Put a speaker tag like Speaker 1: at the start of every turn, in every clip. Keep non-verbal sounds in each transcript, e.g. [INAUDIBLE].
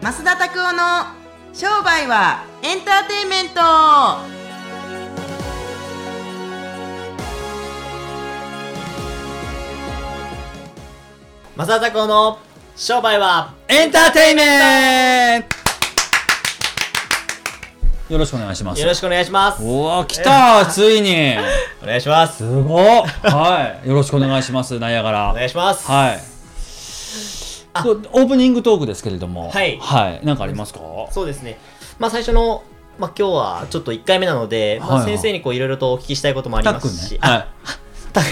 Speaker 1: 増田拓夫の商売はエンターテインメント
Speaker 2: マサタコの商売は
Speaker 3: エンターテインメントよろしくお願いします
Speaker 2: よろしくお願いします。
Speaker 3: おわ来たついに
Speaker 2: お願いします。
Speaker 3: すごっはいよろしくお願いしますナイアガ
Speaker 2: お
Speaker 3: ラ
Speaker 2: 願いします。
Speaker 3: はいそうオープニングトークですけれども
Speaker 2: はい
Speaker 3: はい、なんかありますか
Speaker 2: そうですね。まあ最初の、まあ今日はちょっと1回目なので、ま
Speaker 3: は
Speaker 2: あ、
Speaker 3: いはい
Speaker 2: 先生にこういろいろとお聞きしたいこともあり
Speaker 3: たっ
Speaker 2: ま
Speaker 3: くん
Speaker 2: すし、
Speaker 3: ね
Speaker 2: あ
Speaker 3: は
Speaker 2: た [LAUGHS]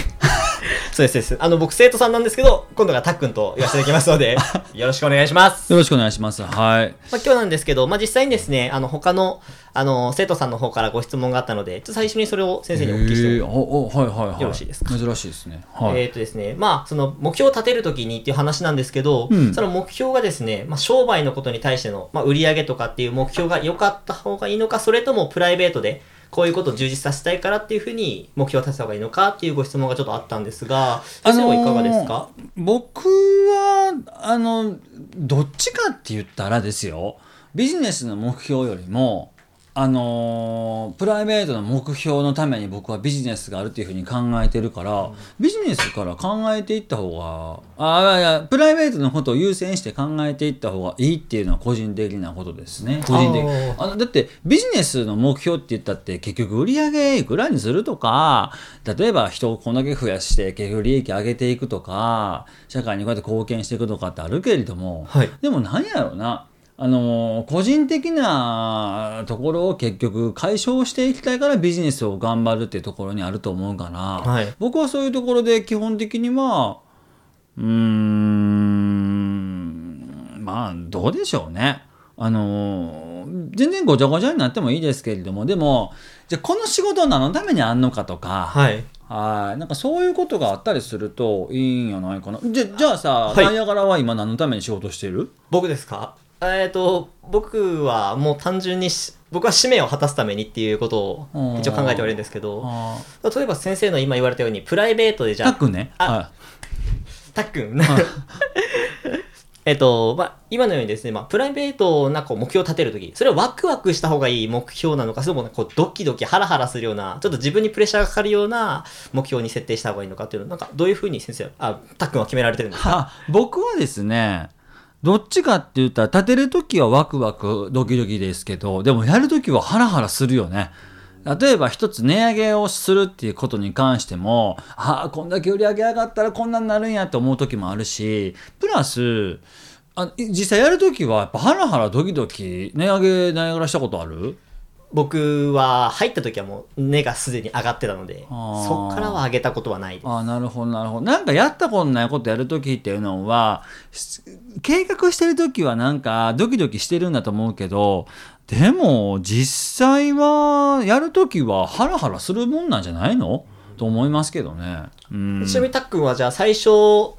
Speaker 2: そうですそうです。あの僕生徒さんなんですけど、今度がたっくんと言わせていただきますので、よろしくお願いします。
Speaker 3: いよろしくお願いしますはい
Speaker 2: まあ、今日なんですけど、まあ、実際にですね、あの、他の、あの、生徒さんの方からご質問があったので、ちょっと最初にそれを先生にお聞きして
Speaker 3: えーおおはいはいはい
Speaker 2: よろしいですか
Speaker 3: 珍しいですねはい、
Speaker 2: えっ、とですね、まあ、その目標を立てるときにっていう話なんですけど、
Speaker 3: うん
Speaker 2: その目標がですね、まあ、商売のことに対しての、まあ、売り上げとかっていう目標が良かった方がいいのか、それともプライベートで、こういうことを充実させたいからっていうふうに目標を立てた方がいいのかっていうご質問がちょっとあったんですが、先生はいかがですか、
Speaker 3: あのー僕はあのどっちかって言ったらですよビジネスの目標よりもあのープライベートの目標のために僕はビジネスがあるっていうふうに考えてるから、ビジネスから考えていった方があいやいやプライベートのことを優先して考えていった方がいいっていうのは個人的なことですね個人的
Speaker 2: あー
Speaker 3: あのだってビジネスの目標って言ったって結局売り上げいくらにするとか例えば人をこんだけ増やして結局利益上げていくとか社会にこうやって貢献していくとかってあるけれども、
Speaker 2: はい
Speaker 3: でもなんやろうなあの個人的なところを結局解消していきたいからビジネスを頑張るっていうところにあると思うから、
Speaker 2: はい
Speaker 3: 僕はそういうところで基本的にはうーんまあどうでしょうね。あのー全然ごちゃごちゃになってもいいですけれどもでもじゃあこの仕事何のためにあんのかとか、
Speaker 2: はい。
Speaker 3: はいなんかそういうことがあったりするといいんやないかなじゃじゃあさ、
Speaker 2: はい
Speaker 3: ナイアガラは今何のために仕事してる
Speaker 2: 僕ですかえっ、と、僕はもう単純にし、僕は使命を果たすためにっていうことを一応考えておるんですけど、
Speaker 3: あ
Speaker 2: 例えば先生の今言われたように、プライベートでじゃ
Speaker 3: ーた
Speaker 2: あ
Speaker 3: っ、くんね
Speaker 2: あ
Speaker 3: は
Speaker 2: たっくん。 [LAUGHS] えっと、まあ、今のようにですね、まあ、プライベートなこう目標を立てるとき、それはワクワクした方がいい目標なのか、それともこうドキドキハラハラするような、ちょっと自分にプレッシャーがかかるような目標に設定した方がいいのかっていうのなんかどういうふうに先生は、あ、たっくんは決められてるんですか
Speaker 3: は僕はですねどっちかって言ったら立てる時はワクワクドキドキですけどでもやる時はハラハラするよね例えば一つ値上げをするっていうことに関してもああこんだけ売り上げ上がったらこんなになるんやと思う時もあるしプラスあ実際やる時はやっぱハラハラドキドキ値上げ値上げしたことある
Speaker 2: 僕は入ったときはもう根がすでに上がってたので、
Speaker 3: あー
Speaker 2: そっからは上げたことはないです。
Speaker 3: ああなるほどなるほどなんかやったことないことやる時っていうのはし計画してる時はなんかドキドキしてるんだと思うけどでも実際はやる時はハラハラするもんなんじゃないのと思いますけどね。うん
Speaker 2: ちなみにたっくんはじゃあ最初、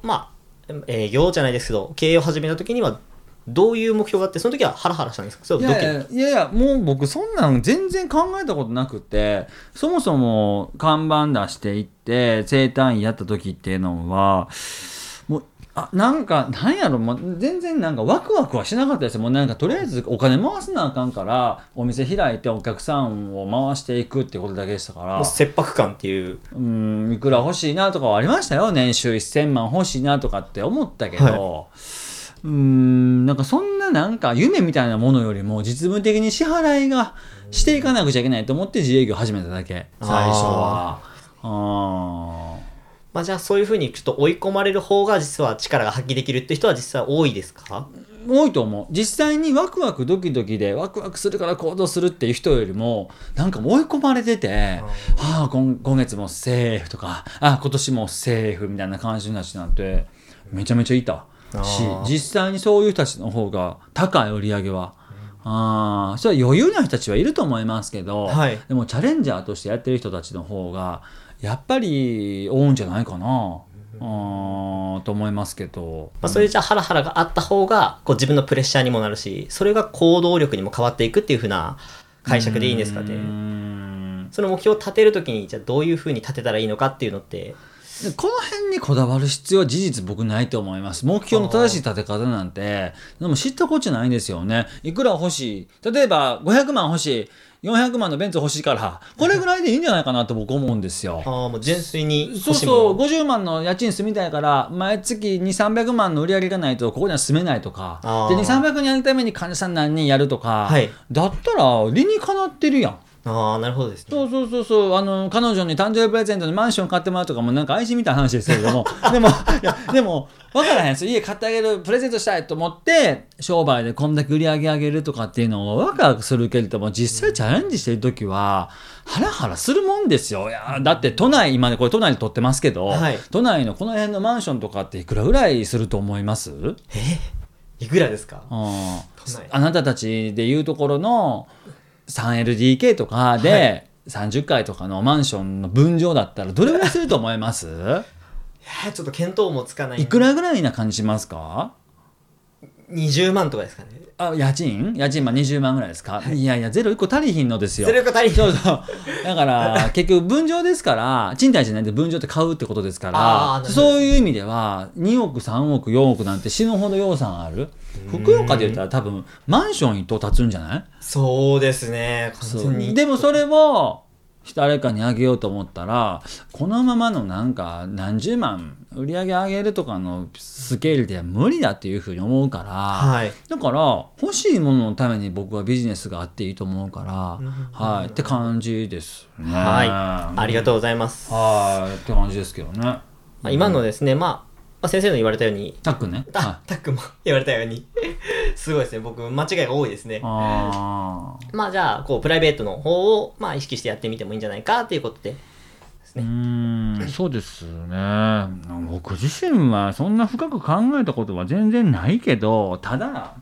Speaker 2: まあ、営業じゃないですけど、経営を始めたときには、どういう目標があって、その時はハラハラしたんですかそれ
Speaker 3: い
Speaker 2: ともド
Speaker 3: や
Speaker 2: キ
Speaker 3: い
Speaker 2: ドキ
Speaker 3: やいやいやもう僕そんなん全然考えたことなくてそもそも看板出していって生誕院やった時っていうのはもうあなんかなんやろもう全然なんかワクワクはしなかったですもうなんかとりあえずお金回すなあかんからお店開いてお客さんを回していくってことだけでしたから
Speaker 2: もう切迫感っていう。
Speaker 3: うーんいくら欲しいなとかはありましたよ年収1000万欲しいなとかって思ったけど、
Speaker 2: はいう
Speaker 3: ーんなんかそんななんか夢みたいなものよりも実務的に支払いがしていかなくちゃいけないと思って自営業始めただけ最初は。あ
Speaker 2: まあじゃあそういうふうにちょっと追い込まれる方が実は力が発揮できるって人は実際多いですか
Speaker 3: ー多いと思う実際にワクワクドキドキでワクワクするから行動するっていう人よりもなんかもう追い込まれてて「はあ今今月もセーフ」とか「あ今年もセーフ」みたいな感じになってなんてめちゃめちゃいたし
Speaker 2: あー
Speaker 3: 実際にそういう人たちの方が高い売り上げは。あーそれは余裕な人たちはいると思いますけど、
Speaker 2: はい
Speaker 3: でもチャレンジャーとしてやってる人たちの方がやっぱり多いんじゃないかな、あーと思いますけど、
Speaker 2: まあそういうじゃあハラハラがあった方がこう自分のプレッシャーにもなるし、それが行動力にも変わっていくっていうふうな解釈でいいんですか
Speaker 3: うー
Speaker 2: ね。
Speaker 3: ん
Speaker 2: その目標を立てるときにじゃあどういうふうに立てたらいいのかっていうのって、
Speaker 3: でこの辺にこだわる必要は事実僕ないと思います目標の正しい立て方なんてでも知ったこっちゃないんですよねいくら欲しい例えば500万欲しい400万のベンツ欲しいからこれぐらいでいいんじゃないかなと僕思うんですよ
Speaker 2: ああ、もう純粋に
Speaker 3: そ
Speaker 2: 欲
Speaker 3: う
Speaker 2: しいも
Speaker 3: そう
Speaker 2: の。
Speaker 3: 50万の家賃住みたいから毎月2300万の売り上げがないとここには住めないとかで
Speaker 2: あー
Speaker 3: 2300にやるために患者さん何人やるとか、
Speaker 2: はい
Speaker 3: だったら理にかなってるやん
Speaker 2: ああ、なるほどですね。
Speaker 3: そうそうそうそうあの彼女に誕生日プレゼントにマンション買ってもらうとかもなんか愛人みたいな話ですけれど [LAUGHS] もでもいやでも分からへんですよ家買ってあげるプレゼントしたいと思って商売でこんだけ売り上げ上げるとかっていうのをワクワクするけれども実際チャレンジしてる時はハラハラするもんですよいやだって都内今ねこれ都内で撮ってますけど、
Speaker 2: はい
Speaker 3: 都内のこの辺のマンションとかっていくらぐらいすると思います、うん、
Speaker 2: いくらですか
Speaker 3: あ
Speaker 2: 都内
Speaker 3: なたたちでいうところの 3LDK とかで、30階とかのマンションの分譲だったらどれぐらいすると思います
Speaker 2: [LAUGHS] えーちょっと見当もつかない。
Speaker 3: いくらぐらいな感じしますか
Speaker 2: ?20 万とかですかね。
Speaker 3: あ家賃家賃まあ20万ぐらいですか、い、やいやゼロ1個足りひんのですよ
Speaker 2: それが足り
Speaker 3: [LAUGHS] そうそうだから結局分譲ですから賃貸じゃないんで分譲って買うってことですか
Speaker 2: あーなる
Speaker 3: ら
Speaker 2: ほど
Speaker 3: そういう意味では2億3億4億なんて死ぬほど予算ある福岡で言ったら多分マンション一棟建つんじゃない
Speaker 2: そうですね。完全に。
Speaker 3: でもそれを誰かにあげようと思ったらこのままのなんか何十万売り上げ上げるとかのスケールでは無理だっていうふうに思うから、
Speaker 2: はい。
Speaker 3: だから欲しいもののために僕はビジネスがあっていいと思うから、
Speaker 2: るほ
Speaker 3: はいって感じですね。
Speaker 2: はいありがと
Speaker 3: う
Speaker 2: うございます。
Speaker 3: はいって感じですけどね。
Speaker 2: まあ今のですね、まあ、まあ先生の言われたように、
Speaker 3: タックね。
Speaker 2: あ、たっくんも [LAUGHS] 言われたように、すごいですね。僕、間違いが多いですね。 [LAUGHS]
Speaker 3: ああ
Speaker 2: まあ、じゃあ、こう、プライベートの方を、まあ、意識してやってみてもいいんじゃないかということで。
Speaker 3: うーんそうですね僕自身はそんな深く考えたことは全然ないけどただ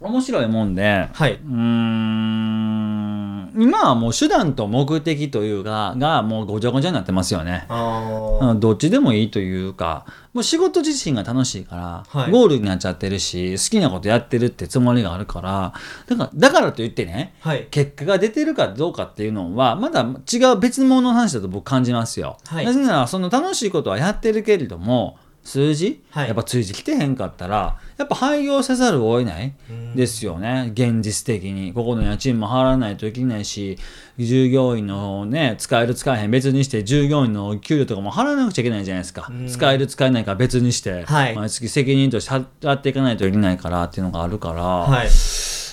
Speaker 3: 面白いもんで
Speaker 2: は
Speaker 3: う
Speaker 2: い。
Speaker 3: ーん今はもう手段と目的というかがもうごちゃごちゃになってますよね。
Speaker 2: ああ。
Speaker 3: うんどっちでもいいというかもう仕事自身が楽しいから、
Speaker 2: はい
Speaker 3: ゴールになっちゃってるし好きなことやってるってつもりがあるからだからだからといってね
Speaker 2: はい。
Speaker 3: 結果が出てるかどうかっていうのはまだ違う別物の話だと僕感じますよ。
Speaker 2: はい
Speaker 3: なぜならその楽しいことはやってるけれども数字、
Speaker 2: はい
Speaker 3: やっぱ数字来てへんかったらやっぱ廃業せざるを得ない
Speaker 2: うん
Speaker 3: ですよね現実的にここの家賃も払わないといけないし従業員のね使える使えへん別にして従業員の給料とかも払わなくちゃいけないじゃないですか
Speaker 2: うん
Speaker 3: 使える使えないから別にして、
Speaker 2: はい
Speaker 3: 毎月責任として払っていかないといけないからっていうのがあるから。
Speaker 2: はい。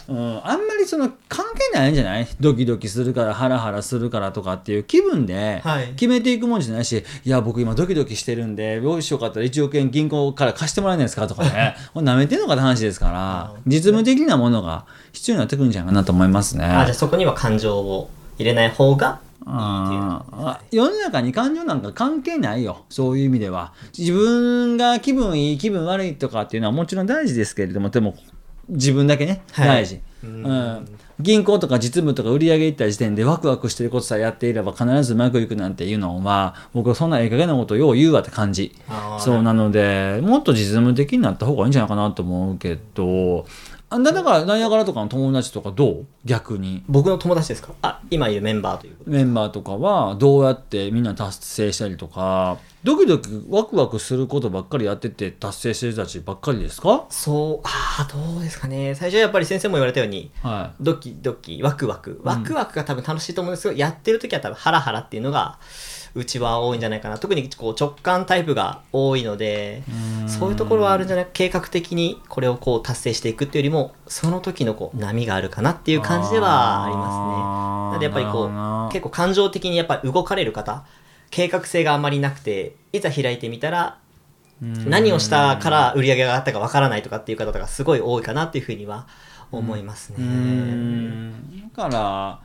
Speaker 3: うん、あんまりその関係ないんじゃないドキドキするからハラハラするからとかっていう気分で
Speaker 2: はい
Speaker 3: 決めていくもんじゃないし、い、や僕今ドキドキしてるんでどうしようかったら1億円銀行から貸してもらえないですかとか
Speaker 2: [LAUGHS]
Speaker 3: ねこれ舐めてんのかって話ですから実務的なものが必要になってくるんじゃないかなと思いますね。
Speaker 2: あ、じゃあそこには感情を入れない方がいいっていう
Speaker 3: あーあ世の中に感情なんか関係ないよそういう意味では自分が気分いい気分悪いとかっていうのはもちろん大事ですけれどもでも自分だけね、
Speaker 2: はい
Speaker 3: 大事、う
Speaker 2: うんん
Speaker 3: 銀行とか実務とか売り上げ行った時点でワクワクしてることさえやっていれば必ずうまくいくなんていうのは僕はそんなええ加減なことをよう言うわって感じ
Speaker 2: あー
Speaker 3: そうなのでもっと実務的になった方がいいんじゃないかなと思うけどあんだだからナイアガラとかの友達とかどう逆に
Speaker 2: 僕の友達ですかあ、今いるメンバーということ
Speaker 3: メンバーとかはどうやってみんな達成したりとかドキドキワクワクすることばっかりやってて達成してる人たちばっかりですか
Speaker 2: そう、ああ、どうですかね。最初はやっぱり先生も言われたように、
Speaker 3: はい
Speaker 2: ドキドキ、ワクワク。ワクワクが多分楽しいと思うんですけど、やってる時は多分ハラハラっていうのが、うちは多いんじゃないかな。特にこう直感タイプが多いので、そういうところはあるんじゃない計画的にこれをこう達成していくっていうよりも、その時のこう波があるかなっていう感じではありますね。な
Speaker 3: あ
Speaker 2: ん
Speaker 3: ー
Speaker 2: でやっぱりこ
Speaker 3: なるほどな
Speaker 2: う結構感情的にやっぱり動かれる方計画性があまりなくていざ開いてみたら
Speaker 3: うん
Speaker 2: 何をしたから売り上げが上がったかわからないとかっていう方がすごい多いかなっていうふうには思いますね。
Speaker 3: うんだから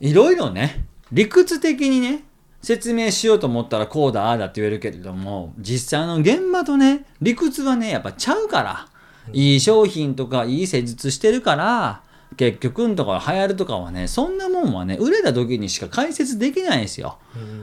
Speaker 3: いろいろね理屈的にね説明しようと思ったらこうだああだって言えるけれども実際の現場とね理屈はねやっぱちゃうからいい商品とかいい施術してるから結局のところ流行るとかはねそんなもんはね売れた時にしか解説できないんですよ。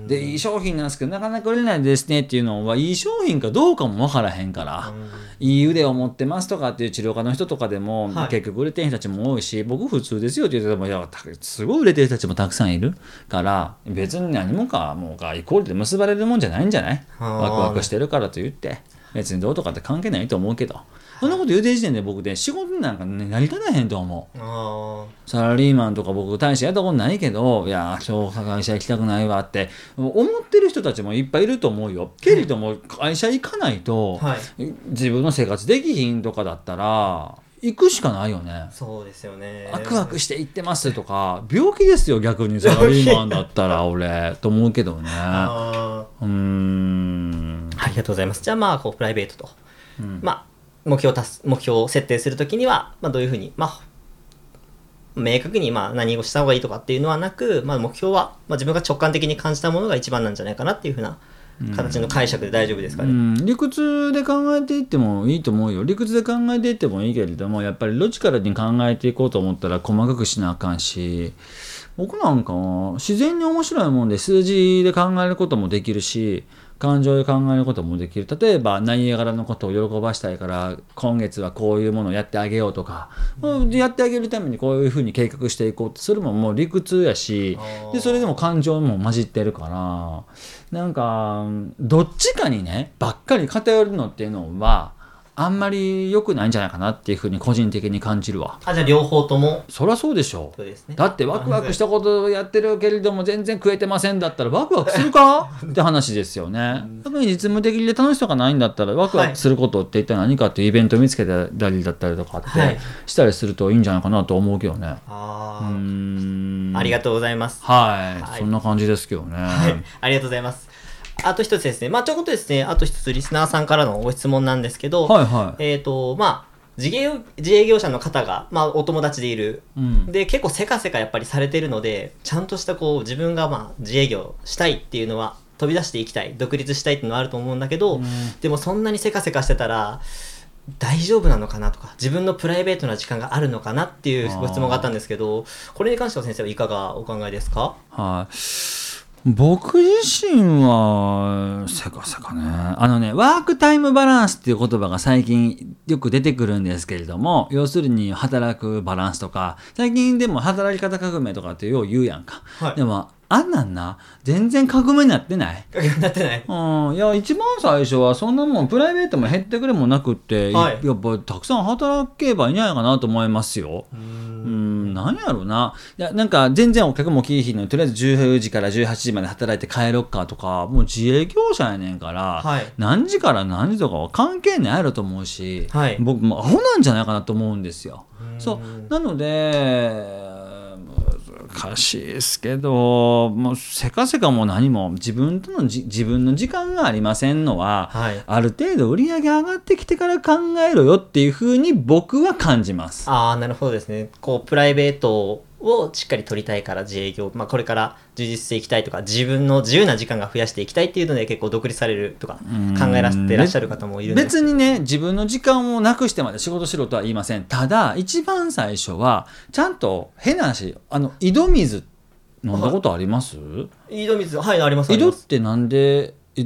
Speaker 3: でいい商品なんですけどなかなか売れないですねっていうのはいい商品かどうかも分からへんから、いい腕を持ってますとかっていう治療家の人とかでも、
Speaker 2: はい
Speaker 3: 結局売れてる人たちも多いし僕普通ですよって言っててもいやたすごい売れてる人たちもたくさんいるから別に何もかもうかイコールで結ばれるもんじゃないんじゃない
Speaker 2: あー
Speaker 3: ワクワクしてるからと言って別にどうとかって関係ないと思うけどそんなこと言うてる時点で僕で仕事になんか、ね、成り立たへんと思う。
Speaker 2: あ
Speaker 3: サラリーマンとか僕大してやったことないけどいやー今日会社行きたくないわって思ってる人たちもいっぱいいると思うよけれども会社行かないと、
Speaker 2: ーはい
Speaker 3: 自分の生活できひんとかだったら行くしかないよね。
Speaker 2: そうですよね
Speaker 3: ワクワクして行ってますとか病気ですよ逆にサラリーマンだっ
Speaker 2: [LAUGHS]
Speaker 3: たら俺と思うけどね
Speaker 2: あ
Speaker 3: うーん
Speaker 2: ーありがとうございますじゃあまあこうプライベートと、まあ目標を達す目標を設定するときには、まあ、どういうふうにまあ明確にまあ何をした方がいいとかっていうのはなく、まあ、目標は、まあ、自分が直感的に感じたものが一番なんじゃないかなっていうふうな形の解釈で大丈夫ですか
Speaker 3: う
Speaker 2: ね。
Speaker 3: ん、理屈で考えていってもいいと思うよ理屈で考えていってもいいけれどもやっぱりロジカルに考えていこうと思ったら細かくしなあかんし僕なんかは自然に面白いもんで数字で考えることもできるし感情で考えることもできる例えば何や柄のことを喜ばしたいから今月はこういうものをやってあげようとか、やってあげるためにこういうふうに計画していこうってそれももう理屈やし
Speaker 2: あー
Speaker 3: でそれでも感情も混じってるからなんかうんどっちかにねばっかり偏るのっていうのはあんまり良くないんじゃないかなっていうふうに個人的に感じるわ
Speaker 2: あじゃあ両方とも
Speaker 3: そりゃそうでしょ
Speaker 2: そうですね。
Speaker 3: だってワクワクしたことをやってるけれども全然食えてませんだったらワクワクする
Speaker 2: [LAUGHS]
Speaker 3: かって話ですよね特に実務的で楽しさがないんだったらワクワクすることって一体何かっていうイベント見つけたりだったりとかっ
Speaker 2: はい
Speaker 3: てしたりするといいんじゃないかなと思うけどね
Speaker 2: あ
Speaker 3: う
Speaker 2: ー
Speaker 3: ーん
Speaker 2: ありがとうございます。
Speaker 3: はい、
Speaker 2: はい
Speaker 3: そんな感じですけどね、
Speaker 2: はいありがとうございます。あと一つですね、まあ、ちょこっとですね、あと一つリスナーさんからのご質問なんですけど、
Speaker 3: はいはい。
Speaker 2: えっ、と、まあ、自営業自営業者の方が、まあ、お友達でいる。
Speaker 3: うん。
Speaker 2: で、結構せかせかやっぱりされてるので、ちゃんとしたこう、自分がまあ、自営業したいっていうのは、飛び出していきたい、独立したいっていうのはあると思うんだけど、でもそんなにせかせかしてたら、大丈夫なのかなとか、自分のプライベートな時間があるのかなっていうご質問があったんですけど、これに関しては先生はいかがお考えですか
Speaker 3: はい。僕自身は、せかせかね。あのね、ワークタイムバランスっていう言葉が最近よく出てくるんですけれども、要するに働くバランスとか、最近でも働き方革命とかってよう言うやんか。
Speaker 2: はい
Speaker 3: でも、あんなんな、全然革命になってない。
Speaker 2: なってない。 [LAUGHS]
Speaker 3: うん、いや一番最初はそんなもんプライベートも減ってくれもなくって、
Speaker 2: はい
Speaker 3: やっぱたくさん働けばいいんじゃないかなと思いますよ。うんなんやろうないやなんか全然お客も来いひんのにとりあえず10時から18時まで働いて帰ろっかとかもう自営業者やねんから、
Speaker 2: はい
Speaker 3: 何時から何時とかは関係ないやろと思うし、
Speaker 2: はい
Speaker 3: 僕もうアホなんじゃないかなと思うんですよ。
Speaker 2: ん
Speaker 3: そうなので難しいですけどもうせかせかも何も自分とのじ自分の時間がありませんのは、
Speaker 2: はい
Speaker 3: ある程度売り上げ上がってきてから考えろよっていうふうに僕は感じます。
Speaker 2: ああ、なるほどですね。こう、プライベートをしっかり取りたいから自営業、まあ、これから充実していきたいとか、自分の自由な時間が増やしていきたいっていうので、結構独立されるとか、考えられてらっしゃる方もいるんです
Speaker 3: 別にね自分の時間をなくしてまで仕事しろとは言いませんただ一番最初はちゃんと変な話あの井戸水飲んだことあります、
Speaker 2: 井戸水、はい、あります、あ
Speaker 3: 井
Speaker 2: り
Speaker 3: 戸
Speaker 2: ま
Speaker 3: っ
Speaker 2: す。
Speaker 3: てなんでい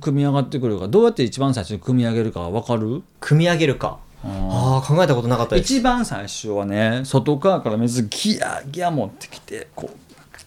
Speaker 3: 組み上がってくるかどうやって一番最初に組み上げるか分かる
Speaker 2: 組み上げるか。ああ、考えたことなかったです。
Speaker 3: 一番最初はね外側から水ギャーギャー持ってきてこう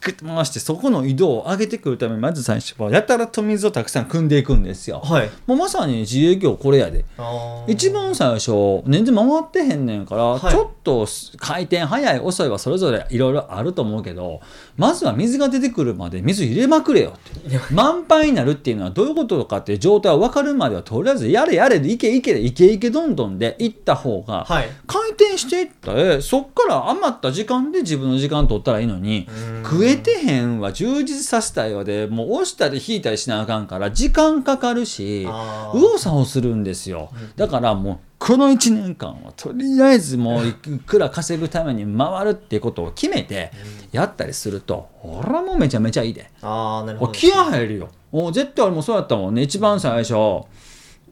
Speaker 3: クッと回してそこの井戸を上げてくるためにまず最初はやたらと水をたくさん汲んでいくんですよ。
Speaker 2: はい。
Speaker 3: もうまさに自営業これやで
Speaker 2: あー
Speaker 3: 一番最初全然回ってへんねんから、
Speaker 2: はい
Speaker 3: ちょっと回転早い遅いはそれぞれいろいろあると思うけどまずは水が出てくるまで水入れまくれよって満杯になるっていうのはどういうことかっていう状態は分かるまではとりあえずやれやれでいけいけでいけいけどんどんで行った方
Speaker 2: [LAUGHS]
Speaker 3: が、
Speaker 2: はい。
Speaker 3: 回転していったらそっから余った時間で自分の時間取ったらいいのに食えてへんは充実させたいわでもう押したり引いたりしなあかんから時間かかるし
Speaker 2: あー
Speaker 3: 右往左往するんですよだからもうこの1年間はとりあえずもういくら稼ぐために回るっていうことを決めてやったりするとほらもうめちゃめちゃいいで。
Speaker 2: ああ、なるほ
Speaker 3: お
Speaker 2: ど。
Speaker 3: 気合入るよお絶対俺もそうやったもんね一番最初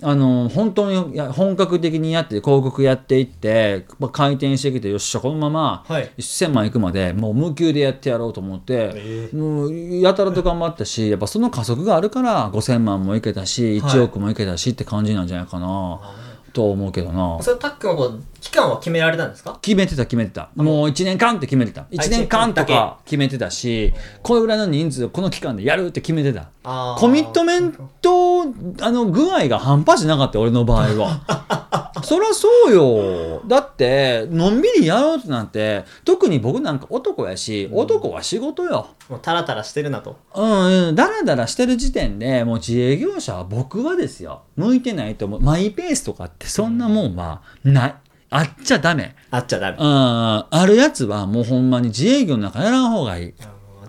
Speaker 3: あの本当にいや本格的にやって広告やっていって、まあ、回転してきてよっしゃこのまま
Speaker 2: はい
Speaker 3: 1,000万いくまでもう無給でやってやろうと思って、
Speaker 2: え
Speaker 3: もうやたらと頑張ったしやっぱその加速があるから5,000万もいけたし
Speaker 2: はい
Speaker 3: 1億もいけたしって感じなんじゃないかな、と思うけどな。
Speaker 2: それタックンはこう期間は決められたんですか
Speaker 3: 決めてた決めてたもう1年間って決めてた1年間とか決めてたしこれぐらいの人数をこの期間でやるって決めてた
Speaker 2: あー
Speaker 3: コミットメントあの具合が半端じゃなかった俺の場合は [LAUGHS] そりゃそうよだってのんびりやろうとなんて特に僕なんか男やし男は仕事よ
Speaker 2: もうタラタラしてるなと
Speaker 3: うん、うん、だらだらしてる時点でもう自営業者は僕はですよ向いてないと思うマイペースとかってそんなもんはないあっちゃダメ
Speaker 2: あっちゃダメ
Speaker 3: ああるやつはもうほんまに自営業なんかやらん方がいい。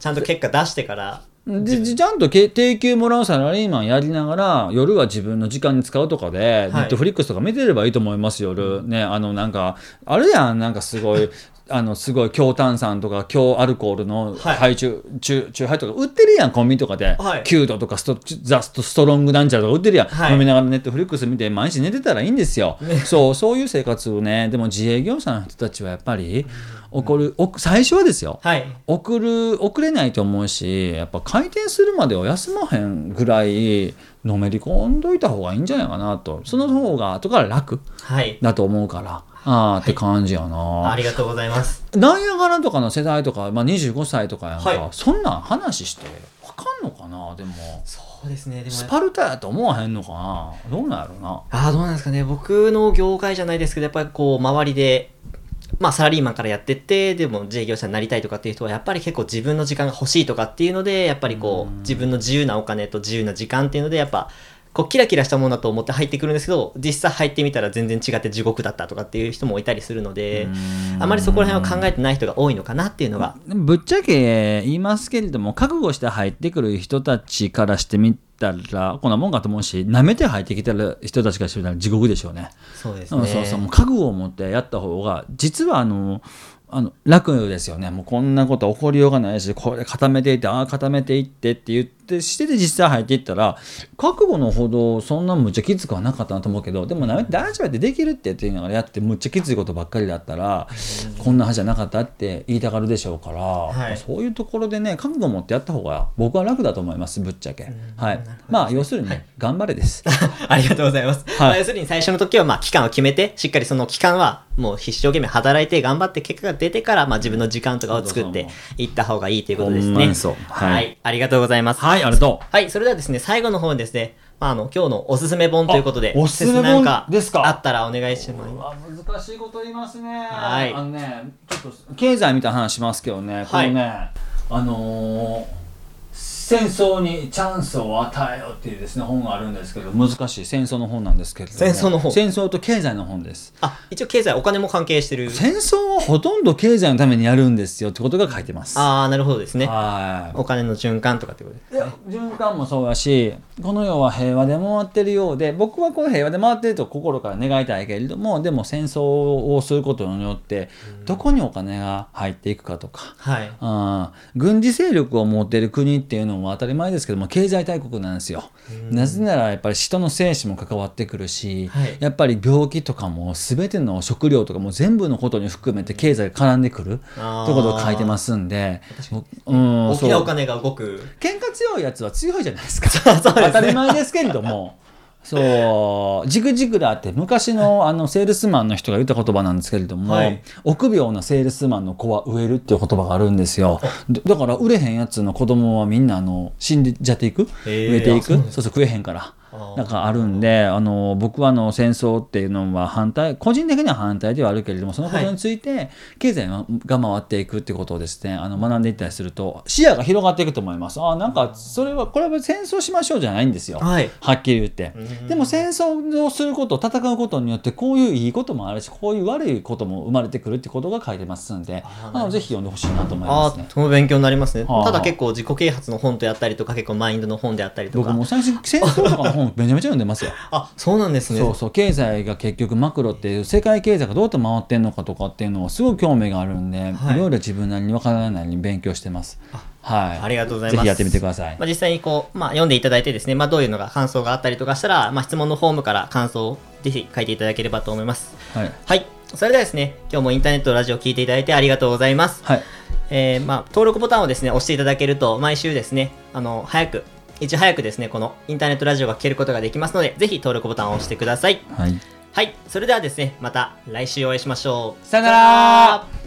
Speaker 2: ちゃんと結果出してから
Speaker 3: でじちゃんとけ定給もらうサラリーマンやりながら夜は自分の時間に使うとかで、
Speaker 2: はい
Speaker 3: ネットフリックスとか見てればいいと思います夜ねあのなんかあれやんなんかすごい [LAUGHS] あのすごい強炭酸とか強アルコールの
Speaker 2: はい
Speaker 3: ハイチュ中中ハイとか売ってるやんコンビニとかで、
Speaker 2: はい
Speaker 3: キュートとかストザストストロングなんちゃらとか売ってるやん、
Speaker 2: はい
Speaker 3: 飲みながらネットフリックス見て毎日寝てたらいいんですよ、そうそういう生活をねでも自営業者の人たちはやっぱり怒るお最初はですよ、
Speaker 2: はい
Speaker 3: 送る送れないと思うしやっぱ回転するまでは休まへんぐらいのめり込んどいた方がいいんじゃないかなとその方が後から楽
Speaker 2: はい
Speaker 3: だと思うからああって感じやな、
Speaker 2: ありがとうございます
Speaker 3: ダイヤ柄とかの世代とか、まあ、25歳とかやんか、
Speaker 2: はい
Speaker 3: そんなん話してわかんのかなでも
Speaker 2: そうですねで
Speaker 3: スパルタやと思わへんのかなどうなんやろな
Speaker 2: ああどうなんですかね僕の業界じゃないですけどやっぱりこう周りでまあサラリーマンからやってってでも自営業者になりたいとかっていう人はやっぱり結構自分の時間が欲しいとかっていうのでやっぱりこう自分の自由なお金と自由な時間っていうのでやっぱこうキラキラしたものだと思って入ってくるんですけど実際入ってみたら全然違って地獄だったとかっていう人もいたりするのであまりそこら辺は考えてない人が多いのかなっていうのが
Speaker 3: ぶっちゃけ言いますけれども覚悟して入ってくる人たちからしてみたらこんなもんかと思うし舐めて入ってきてる人たちからしてみたら地獄でしょうね。
Speaker 2: そうです
Speaker 3: うん
Speaker 2: ね
Speaker 3: そうそうもう覚悟を持ってやった方が実はあのあの楽ですよねもうこんなこと起こりようがないしこれ固めていってああ固めていってって言ってしてで実際入っていったら覚悟のほどそんなむっちゃきつくはなかったなと思うけどでもなめて大丈夫やってできるってっていうのがやってむっちゃきついことばっかりだったらこんなはずじゃなかったって言いたがるでしょうから、
Speaker 2: い
Speaker 3: そういうところでね覚悟を持ってやった方が僕は楽だと思いますぶっちゃけ。はい、まあ要するに、頑張れです。
Speaker 2: [LAUGHS] ありがとうございます。
Speaker 3: はい
Speaker 2: まあ要するに最初の時はまあ期間を決めて、しっかりその期間はもう一生懸命働いて頑張って結果が出てから、まあ自分の時間とかを作っていった方がいいということです
Speaker 3: ほんま
Speaker 2: ね。
Speaker 3: にそう
Speaker 2: はい、
Speaker 3: はい
Speaker 2: ありがとうございます。はい。
Speaker 3: はいありがとう
Speaker 2: それではですね、最後の方にですね、まああの、今日のおすすめ本ということで、
Speaker 3: あおすすめ本
Speaker 2: なんか
Speaker 3: ですか
Speaker 2: あったらお願いしま
Speaker 3: あ難しいこと言いますね、
Speaker 2: はい
Speaker 3: あのねちょっと経済みたいな話しますけどね、このねあのー戦争にチャンスを与えよ」っていうですね本があるんですけど難しい戦争の本なんですけれども
Speaker 2: 戦争の本
Speaker 3: 戦争と経済の本です
Speaker 2: す。あ、一応経済、お金も関係してる。
Speaker 3: 戦争はほとんど経済のためにやるんですよってことが書いてます
Speaker 2: ああ、なるほどですね。
Speaker 3: はい
Speaker 2: お金の循環とかってことです。
Speaker 3: いや循環もそうやしこの世は平和で回ってるようで僕はこう平和で回ってると心から願いたいけれどもでも戦争をすることによってどこにお金が入っていくかとか。
Speaker 2: はい。
Speaker 3: あー軍事勢力を持っている国っていうのも当たり前ですけども経済大国なんですよ、なぜならやっぱり人の生死も関わってくるし、
Speaker 2: はい
Speaker 3: やっぱり病気とかも全ての食料とかも全部のことに含めて経済が絡んでくる
Speaker 2: あー
Speaker 3: ということを書いてますんで、うん
Speaker 2: 大
Speaker 3: そ
Speaker 2: き
Speaker 3: う
Speaker 2: なお金が動く。
Speaker 3: 喧嘩強いやつは強いじゃないですか
Speaker 2: [LAUGHS] そうですね
Speaker 3: 当たり前ですけれどもそうジグジグラーって昔のあのセールスマンの人が言った言葉なんですけれども、
Speaker 2: はい
Speaker 3: 臆病なセールスマンの子は植えるっていう言葉があるんですよだだから売れへんやつの子供はみんなあの死んじゃっていく、
Speaker 2: へー
Speaker 3: 植えていく
Speaker 2: あそうな
Speaker 3: そうん
Speaker 2: です
Speaker 3: そう食えへんから
Speaker 2: あー
Speaker 3: なんかあるんであの僕はあの戦争っていうのは反対個人的には反対ではあるけれどもそのことについて経済が回っていくってことをですねあの学んでいったりすると視野が広がっていくと思いますあーなんかそれはこれは戦争しましょうじゃないんですよ、
Speaker 2: はい
Speaker 3: はっきり言って
Speaker 2: うん
Speaker 3: でも戦争をすること戦うことによってこういういいこともあるしこういう悪いことも生まれてくるってことが書いてますんで
Speaker 2: あー
Speaker 3: あのぜひ読んでほしいなと思いま
Speaker 2: あ
Speaker 3: すね
Speaker 2: あ、。その勉強になりますね。
Speaker 3: はあ
Speaker 2: ただ結構自己啓発の本であったりとか、結構マインドの本であったりとか。
Speaker 3: 僕も最初戦争とかの本本めちゃめちゃ読んでますよ。
Speaker 2: あそうなんですね
Speaker 3: そうそう経済が結局マクロっていう世界経済がどうやって回ってんのかとかっていうのをすごく興味があるんで、
Speaker 2: はい
Speaker 3: い、ろいろ自分なりにわからないように勉強してます。はい、
Speaker 2: ありがとうございます
Speaker 3: ぜひやってみてください。
Speaker 2: まあ、実際にこう、まあ、読んでいただいてですね、まあ、どういうのが感想があったりとかしたら、まあ、質問のフォームから感想をぜひ書いていただければと思います。
Speaker 3: はい、
Speaker 2: はい。それではですね、今日もインターネットラジオ聞いていただいてありがとうございます。
Speaker 3: はい、
Speaker 2: えーまあ、登録ボタンをですね、押していただけると、毎週ですね、あの、早く、いち早くですね、このインターネットラジオが聞けることができますので、ぜひ登録ボタンを押してください。
Speaker 3: はい
Speaker 2: はい。それではですね、また来週お会いしましょう。
Speaker 3: さよなら